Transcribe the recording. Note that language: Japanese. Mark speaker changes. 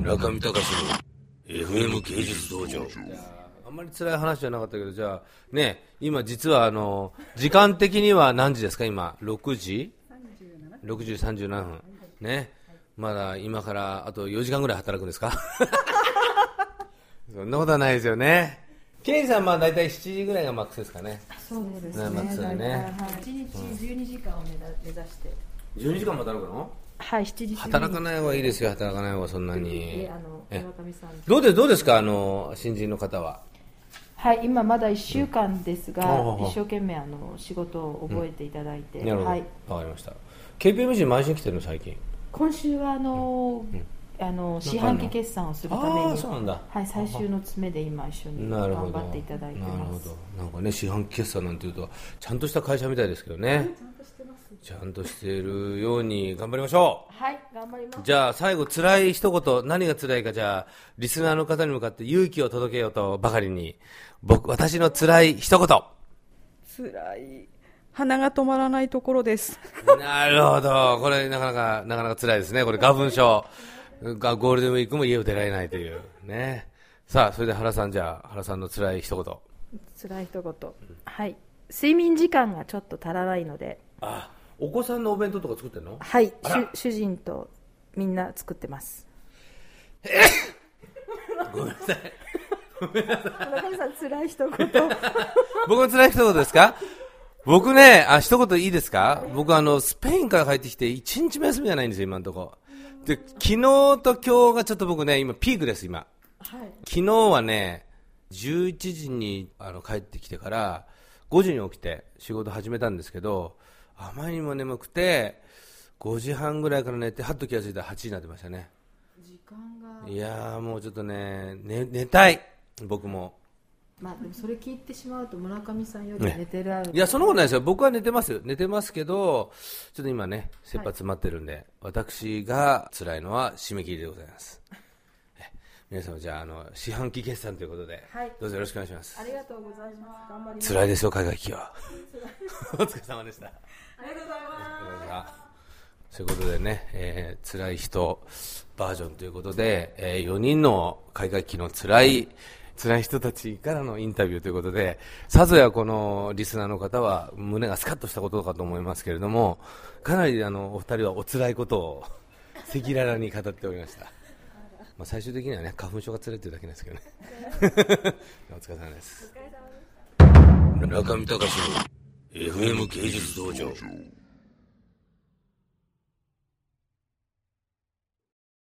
Speaker 1: 中見隆の FM 芸術道場
Speaker 2: あんまり辛い話じゃなかったけど、じゃあ、ね、今実はあの、時間的には何時ですか今、6時 ?6 時37分。ね。まだ今からあと4時間ぐらい働くんですか そんなことはないですよね。ケイジさんまあ大体7時ぐらいがマックスですかね。
Speaker 3: そうです
Speaker 2: ねマックスだね
Speaker 3: 大体はい一日十二時間を目指目指して。
Speaker 2: 12時間働くの
Speaker 3: はい、七時。
Speaker 2: 働か
Speaker 3: い。
Speaker 2: ない方がいいですよ、働かない方がそんなに
Speaker 3: え、あの、。
Speaker 2: え
Speaker 3: 村上さん。
Speaker 2: どうです、どうですか、あの、新人の方は。
Speaker 3: はい、今まだ一週間ですが
Speaker 2: うん、
Speaker 3: 一生懸命あの仕事を覚えていただいて、
Speaker 2: なるほど。
Speaker 3: はい。
Speaker 2: わかりました。KPMG 毎週来てるの、最近。
Speaker 3: 今週はあの、あの四半期決算をするため
Speaker 2: ああ、
Speaker 3: に
Speaker 2: そう。なんだ。
Speaker 3: はい、最終の詰めで今一緒に
Speaker 2: なるほ
Speaker 3: 頑
Speaker 2: ど。
Speaker 3: 張っていただいて
Speaker 2: なる
Speaker 3: ま
Speaker 2: ほ
Speaker 3: す。
Speaker 2: ど。なんかね、四半期決算なんていうと、ちゃんとした会社みたいですけどね。ちゃんとしてるように頑張りましょ
Speaker 3: はい、頑張ります
Speaker 2: う。。じゃあ、最後、辛い一言、何が辛いか、じゃあ、リスナーの方に向かって勇気を届けようとばかりに、僕、私の辛い一言。
Speaker 4: 辛い鼻が止まらないところです
Speaker 2: なるほど。これ、なかなか、なかなか辛いですね。これ、花粉症がゴールデンウィークも家を出られないという。ね。さあ、それで原さん、じゃあ、原さんの辛い一言。
Speaker 3: 辛い一言。はい、睡眠時間がちょっと足らないので、
Speaker 2: あ、お子さんのお弁当とか作ってるの
Speaker 3: はい、主主人とみんな作ってます。ご めんなさい。村上さん辛い一言。
Speaker 2: 僕の辛い一言ですか僕ね、あ、一言いいですか僕あの、スペインから帰ってきて、一日も休みがないんですよ、今のとこ。で、昨日と今日がちょっと僕ね、今ピークです、今。
Speaker 3: はい。
Speaker 2: 昨日はね、11時にあの帰ってきてから、5時に起きて仕事始めたんですけど、あまりにも眠くて、5時半ぐらいから寝て、はっと気がついたら8時になってましたね。
Speaker 3: 時間が、
Speaker 2: いやー、もうちょっとね、ね寝たい僕も。
Speaker 3: まあでもそれ聞いてしまうと村上さんより
Speaker 2: ね
Speaker 3: 寝てられる。
Speaker 2: いや、そんなことないですよ。僕は寝てますよ。寝てますけど、ちょっと今ね、切羽詰まってるんで、私が辛いのは締め切りでございます。え皆様、じゃあ、あの、四半期決算ということで、
Speaker 3: はい
Speaker 2: どうぞよろしくお願いします
Speaker 3: あ。りがとうございます。頑張ります。
Speaker 2: 辛いですよ、海外企業。 お疲れ様でした。
Speaker 3: ありがとうございます。
Speaker 2: ということでね、えー、辛い人バージョンということで、え4人の海外機の辛い、辛い人たちからのインタビューということで、さぞやこのリスナーの方は胸がスカッとしたことかと思いますけれども、かなりあの、お二人はお辛いことを赤裸々に語っておりま した。まあ、最終的にはね、花粉症が辛いというだけなんですけどね。お疲れ様です。
Speaker 1: 中見隆の FM 芸術道場